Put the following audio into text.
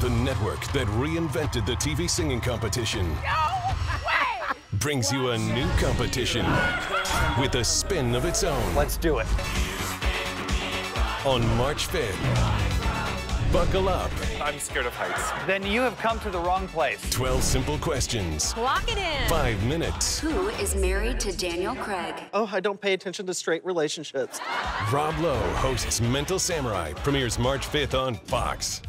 The network that reinvented the TV singing competition No way! brings you a new competition with a spin of its own Let's do it. on March 5th. Buckle up. I'm scared of heights. Then you have come to the wrong place. 12 simple questions, Lock it in. five minutes. Who is married to Daniel Craig? Oh, I don't pay attention to straight relationships. Rob Lowe hosts Mental Samurai, premieres March 5th on Fox.